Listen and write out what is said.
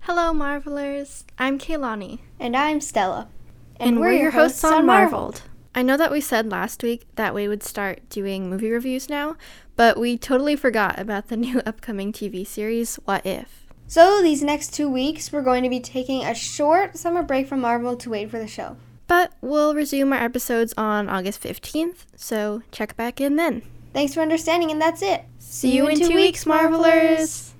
Hello, Marvelers. I'm Kaylani. And I'm Stella. And, we're, your hosts, on Marveled. I know that we said last week that we would start doing movie reviews now, but we totally forgot about the new upcoming TV series, What If? So, these next two weeks, we're going to be taking a short summer break from Marvel to wait for the show. But we'll resume our episodes on August 15th, so check back in then. Thanks for understanding, and that's it. See you in two weeks, Marvelers!